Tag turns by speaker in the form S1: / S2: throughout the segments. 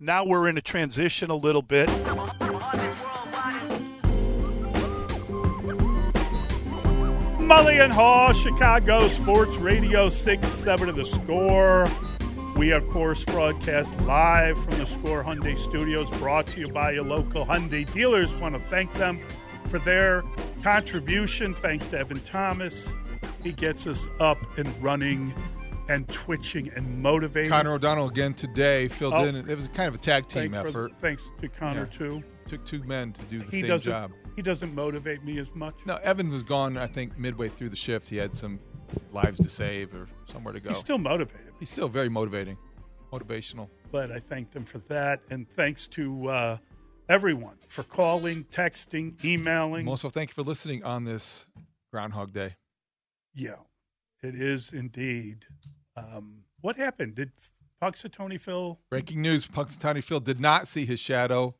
S1: Now we're in a transition a little bit. Mully and Haw, Chicago Sports Radio 6 7 of the score. We, of course, broadcast live from the Score Hyundai Studios, brought to you by your local Hyundai dealers. Want to thank them for their contribution. Thanks to Evan Thomas. He gets us up and running and twitching and motivating.
S2: Connor O'Donnell again today filled in. It was kind of a tag team
S1: Thanks Oh. for-
S2: effort.
S1: thanks to Connor,
S2: Yeah.
S1: too.
S2: Took two men to do the
S1: He
S2: same
S1: doesn't,
S2: job.
S1: he doesn't motivate me as much.
S2: No, Evan was gone. I think midway through the shift, he had some lives to save or somewhere to go.
S1: He's still motivated.
S2: He's still very motivating, motivational.
S1: But I thanked them for that. And thanks to uh, everyone for calling, texting, emailing.
S2: And also, thank you for listening on this Groundhog Day.
S1: yeah, it is indeed. Um, what happened? Did Puxatony Phil?
S2: Breaking news: Punxsutawney Phil did not see his shadow,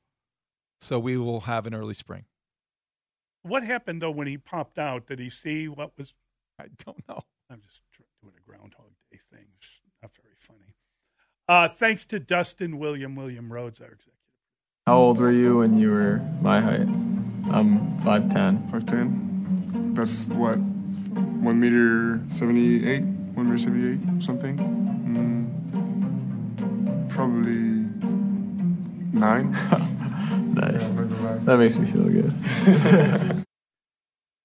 S2: so we will have an early spring.
S1: What happened, though, when he popped out? Did he see what was.
S2: I don't know.
S1: I'm just tr- doing a Groundhog Day thing. It's not very funny. Uh, thanks to Dustin William, William Rhodes, our executive.
S3: How old were you when you were my height? I'm 5'10.
S4: 5'10. That's what? 1 meter 78? 1 meter 78 something? Mm, probably 9.
S3: Nice. That makes me feel good.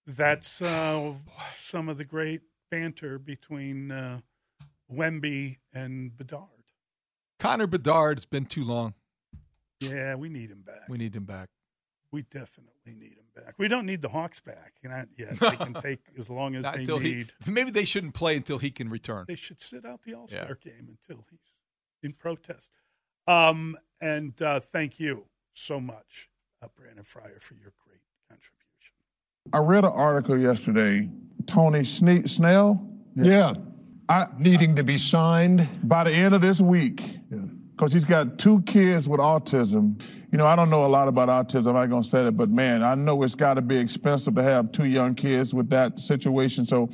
S1: That's uh, some of the great banter between uh, Wemby and Bedard.
S2: Connor Bedard. It's been too long.
S1: Yeah, we need him back.
S2: We need him back.
S1: We definitely need him back. We don't need the Hawks back. Not yet. They can take as long as
S2: Not
S1: they
S2: until
S1: need.
S2: he. Maybe they shouldn't play until he can return.
S1: They should sit out the All Star game until he's in protest. Um, and uh, thank you so much, uh, Brandon Fryer, for your great contribution.
S5: I read an article yesterday, Tony Sne- Snell.
S6: Yeah,
S5: I,
S6: needing to be signed.
S5: by the end of this week, because he's got two kids with autism. You know, I don't know a lot about autism. I'm not gonna say that, but man, I know it's got to be expensive to have two young kids with that situation. So,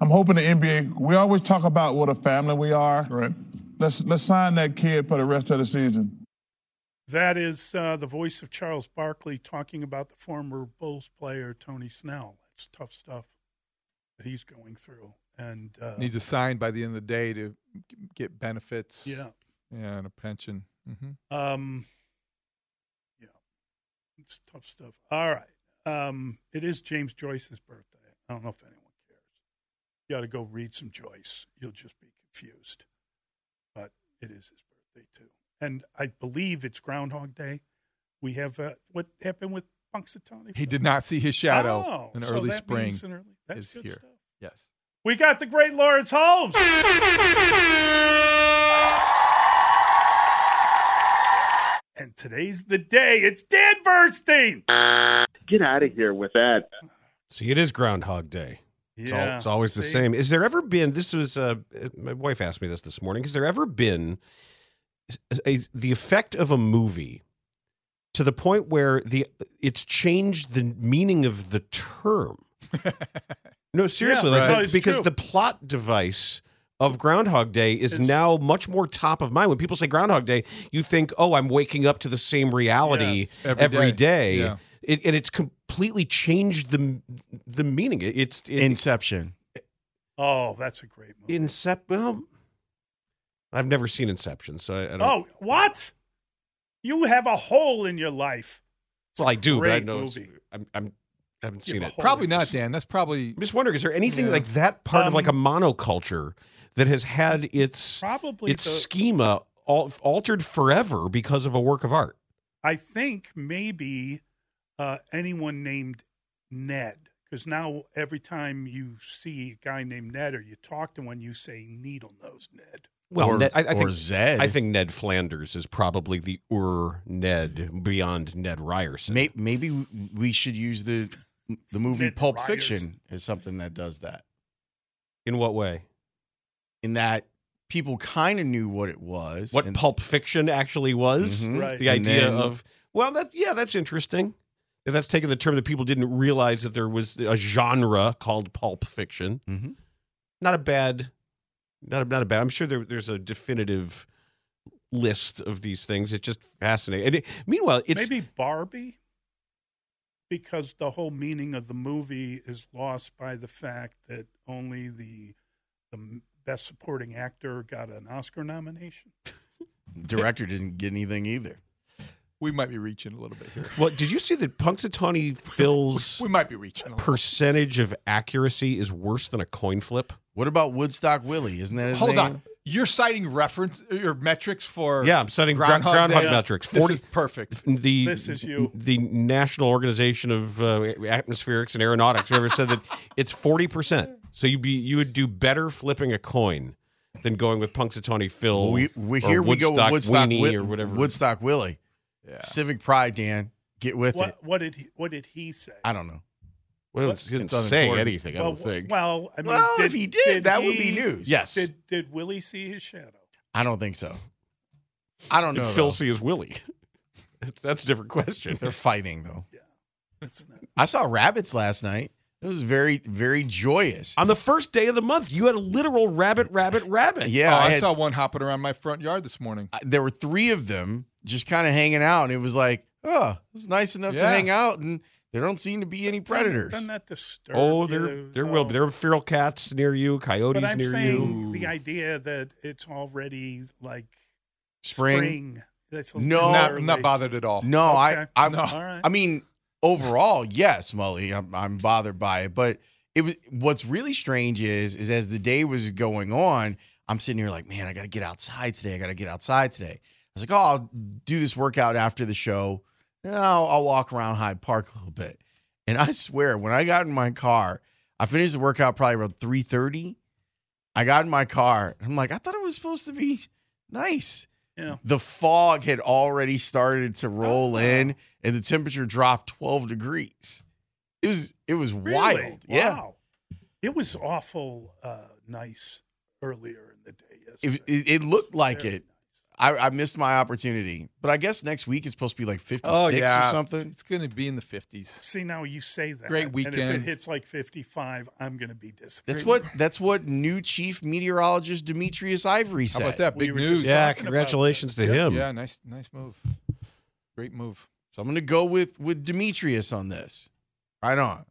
S5: I'm hoping the NBA. We always talk about what a family we are.
S6: Right.
S5: Let's let's sign that kid for the rest of the season.
S1: That is uh, the voice of Charles Barkley talking about the former Bulls player Tony Snell. That's tough stuff that he's going through, and uh,
S2: Needs a sign by the end of the day to get benefits.
S1: yeah,
S2: Yeah, and a pension. hmm
S1: um, yeah, it's tough stuff. All right, um, it is James Joyce's birthday. I don't know if anyone cares. You got to go read some Joyce. You'll just be confused, but it is his birthday too, and I believe it's Groundhog Day. We have uh, what happened with Punxsutawney.
S2: He did not see his shadow
S1: Oh,
S2: in
S1: so
S2: early
S1: that
S2: spring.
S1: means an early- that's
S2: is
S1: good
S2: here.
S1: stuff.
S2: Yes.
S1: We got the great Lawrence Holmes. and today's the day. It's Dan Bernstein.
S7: Get out of here with that.
S8: See, it is Groundhog Day. It's, all, it's always the
S1: see?
S8: same. Is there ever been? This was uh, my wife asked me this this morning. Has there ever been a, the effect of a movie to the point where the it's changed the meaning of the term? no, seriously,
S1: Yeah,
S8: like,
S1: right. No, it's
S8: because
S1: true.
S8: the plot device of Groundhog Day is
S1: It's-
S8: now much more top of mind. When people say Groundhog Day, you think, "Oh, I'm waking up to the same reality
S1: Yes.
S2: Every
S8: every
S2: day.
S8: day."
S2: Yeah.
S8: It, and it's completely changed the the meaning. It, it's it,
S9: Inception.
S1: Oh, that's a great movie.
S8: Incept. Well, I've never seen Inception, so I, I don't.
S1: oh, what? You have a hole in your life.
S8: well, I do, but I
S1: great
S8: know it's-
S1: movie.
S8: I'm, I'm, I haven't
S1: You
S8: seen
S1: have a
S8: it.
S1: hole
S2: Probably
S1: in
S2: not,
S1: your-
S2: Dan. That's probably
S8: I'm just wondering: is there anything
S2: Yeah.
S8: like that part
S1: Um,
S8: of like a monoculture that has had its
S1: Probably
S8: its
S1: the-
S8: schema al- altered forever because of a work of art?
S1: I think maybe uh, anyone named Ned, because now every time you see a guy named Ned or you talk to one, you say needle nose Ned.
S8: Well,
S6: or,
S8: Ned- I, I
S6: or
S8: think
S6: Zed.
S8: I think Ned Flanders is probably the Ur Ned beyond Ned Ryerson.
S6: May- maybe we should use the the movie
S1: Ned
S6: Pulp
S1: Ryerson.
S6: Fiction as something that does that.
S8: In what way?
S6: In that people kind of knew what it was.
S8: What
S6: and-
S8: Pulp Fiction actually was?
S6: Mhm.
S1: Right.
S8: The
S6: And
S8: idea
S6: then-
S8: of well, that yeah, that's interesting. If that's taking the term that people didn't realize that there was a genre called Pulp Fiction.
S2: Mm-hmm.
S6: Mhm.
S8: Not a bad, not a, not a bad. I'm sure there, there's a definitive list of these things. It's just fascinating. And it, meanwhile, it's
S1: Maybe Barbie, because the whole meaning of the movie is lost by the fact that only the the best supporting actor got an Oscar nomination.
S6: Director didn't get anything either.
S2: We might be reaching a little bit here.
S8: well. Did you see that Punxsutawney Phil's
S2: We might be reaching. A little.
S8: percentage of accuracy is worse than a coin flip?
S6: What about Woodstock Willie? Isn't that his
S2: Hold
S6: name?
S2: on. You're citing reference your metrics for
S8: Yeah, I'm setting ground,
S2: Groundhog
S8: groundhog
S2: Day.
S8: metrics.
S2: This
S8: Forty
S2: is perfect.
S8: the
S1: This is you.
S8: the National Organization of uh, Atmospherics and Aeronautics ever said that it's forty percent. So you'd be you would do better flipping a coin than going with Punxsutawney Phil.
S6: Well, we, we,
S8: or
S6: here we go with
S8: Woodstock
S6: Woodstock
S8: Weenie
S6: Wi-
S8: or whatever.
S6: Woodstock Willie.
S2: Yeah.
S6: Civic pride, Dan. Get with it.
S1: What what did he, what did he say?
S6: I don't know.
S8: well,
S1: It's
S8: it didn't
S2: unimportant.
S8: say anything. I
S1: well,
S8: don't think.
S1: well, I mean,
S6: well, if he did, that would be
S1: he-
S6: news.
S8: yes,
S1: Did did Willie see his shadow?
S6: I don't think so. I don't
S8: Did
S6: know.
S8: Phil
S6: though.
S8: C is Willie. That's- That's a different question.
S6: They're fighting though.
S1: It's not.
S6: I saw rabbits last night. It was very, very joyous.
S8: On the first day of the month, you had a literal rabbit, rabbit, rabbit.
S6: yeah,
S2: Oh,
S6: I,
S2: I,
S6: had-
S2: saw one hopping around my front yard this morning.
S6: I- there were three of them just kind of hanging out, and it was like, oh, it's nice enough to
S2: Yeah.
S6: hang out, and there don't seem to be any
S1: Doesn't
S6: predators.
S1: that disturb?
S8: Oh, there
S1: you,
S8: there
S1: though?
S8: will be there are feral cats near you, coyotes
S1: But I'm
S8: near
S1: saying
S8: you.
S1: the idea that it's already like
S6: Spring.
S1: That's a
S6: No.
S1: little
S2: Not,
S1: early.
S2: not bothered at all.
S6: No, I,
S1: Okay.
S6: I'm,
S2: No.
S1: All right.
S6: I mean, overall, yes, Mully, I'm, I'm bothered by it, but it was what's really strange is is as the day was going on, I'm sitting here like, man, I got to get outside today. I got to get outside today. I was like, oh, I'll do this workout after the show. No, I'll, I'll walk around Hyde Park a little bit. And I swear, when I got in my car, I finished the workout probably around three thirty. I got in my car. and I'm like, I thought it was supposed to be nice.
S1: Yeah. Oh,
S6: The fog had already started to roll in, and the temperature dropped 12 degrees. It was it was
S1: Really?
S6: wild. Yeah.
S1: Wow. It was awful uh, nice earlier in the day.
S6: It,
S1: yesterday.
S6: it, it looked like
S1: Very
S6: it.
S1: nice.
S6: I, I missed my opportunity, but I guess next week is supposed to be like 56
S2: Oh yeah,
S6: or something.
S2: It's going to be in the fifties.
S1: See now you say that.
S2: Great
S1: And if it
S2: weekend.
S1: hits like 55, I'm going to be disappointed.
S6: That's what that's what new chief meteorologist Demetrius Ivory
S2: How
S6: said.
S2: about that?
S1: We
S2: Big
S1: were
S2: news.
S1: just
S8: yeah,
S1: talking about
S8: congratulations to
S1: that.
S8: him.
S2: Yeah, nice, nice move. Great move.
S6: So I'm going to go with with Demetrius on this. Right on.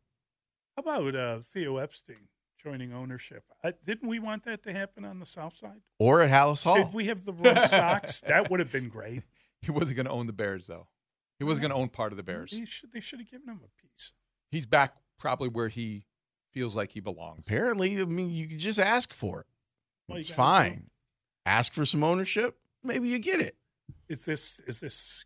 S1: How about uh, Theo Epstein joining ownership? I, didn't we want that to happen on the South Side?
S6: Or at Hallis Hall.
S1: Did we have the Red Sox? that would have been great.
S2: He wasn't going to own the Bears though. He wasn't going to own part of the Bears.
S1: They should, they should have given him a piece.
S2: He's back probably where he feels like he belongs.
S6: Apparently, I mean, you can just ask for it.
S1: Well, you
S6: it's
S1: gotta
S6: fine. Ask for some ownership. Maybe you get it.
S1: Is this is this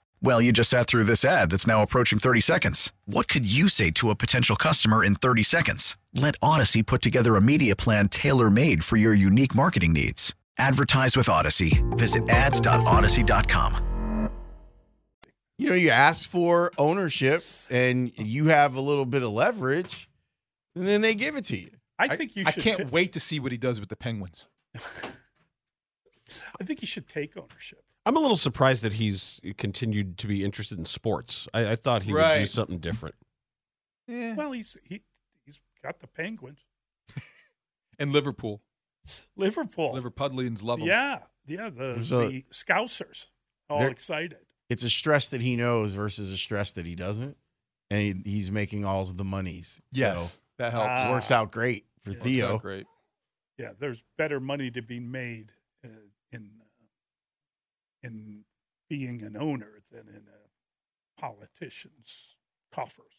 S10: Well, you just sat through this ad that's now approaching 30 seconds. What could you say to a potential customer in 30 seconds? Let Odyssey put together a media plan tailor made for your unique marketing needs. Advertise with Odyssey. Visit ads.odyssey.com.
S6: you know, you ask for ownership and you have a little bit of leverage, and then they give it to you.
S1: I think you
S2: I
S1: should.
S2: can't
S1: ta-
S2: wait to see what he does with the Penguins.
S1: I think you should take ownership.
S8: I'm a little surprised that he's continued to be interested in sports. I, I thought he would do
S2: Right.
S8: something different.
S2: Yeah.
S1: Well, he's he, he's got the Penguins.
S2: And Liverpool.
S1: Liverpool.
S2: Liverpudlians love him.
S1: Oh. yeah, yeah. The,
S6: There's a-
S1: the Scousers all
S6: There-
S1: excited.
S6: It's a stress that he knows versus a stress that he doesn't, and he, he's making all of the monies.
S2: Yes. that helps.
S1: Ah.
S6: so works out great for
S2: Works
S6: Theo.
S2: out great.
S1: Yeah, there's better money to be made uh, in uh, in being an owner than in a politician's coffers.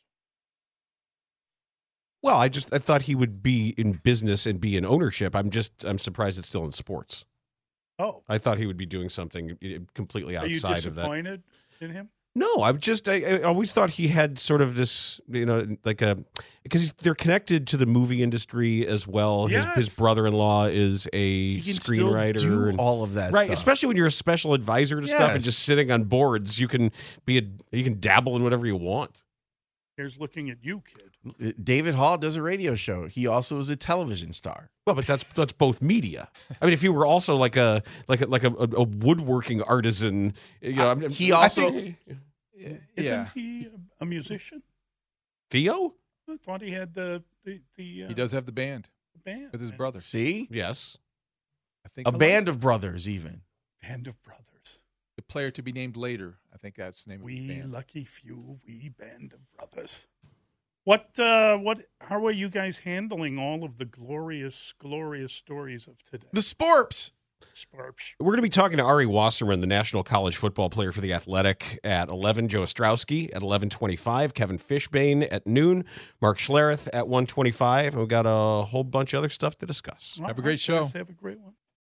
S8: Well, I just I thought he would be in business and be in ownership. I'm just I'm surprised it's still in sports.
S1: Oh,
S8: I thought he would be doing something eh, completely
S1: are you
S8: outside of that.
S1: disappointed in him?
S8: No, I'm just I, I always thought he had sort of this, you know, like a because they're connected to the movie industry as well.
S1: Yes.
S8: His, his brother-in-law is a
S6: He can still
S8: screenwriter,
S6: do
S8: and-
S6: all of that
S8: right?
S6: stuff.
S8: Especially when you're a special advisor to stuff and
S6: Yes.
S8: just sitting on boards, you can be a you can dabble in whatever you want.
S1: Here's looking at you, kid.
S6: David Hall does a radio show. He also is a television star.
S8: Well, but that's that's both media. I mean, if you were also like a like a, like a, a a woodworking artisan, you know, I'm-
S6: He also-
S1: Isn't
S2: yeah.
S1: he a- a musician?
S8: Theo,
S1: I thought he had the the the, uh,
S2: He does have the band
S1: band
S2: with his
S1: man.
S2: brother.
S6: See,
S8: yes,
S2: I think
S6: a band of brothers, even.
S1: band of brothers.
S2: the player to be named later. I think that's the name of the
S1: We
S2: band.
S1: lucky few, we band of brothers. What uh what how are you guys handling all of the glorious, glorious stories of today?
S6: The Sporps.
S1: Sparps.
S8: We're going to be talking to Ari Wasserman, the national college football player for the Athletic, at 11. Joe Ostrowski at 11:25. Kevin Fishbane at noon. Mark Schlereth at 1:25. And we got a whole bunch of other stuff to discuss.
S2: Have a great show.
S1: Have a great one.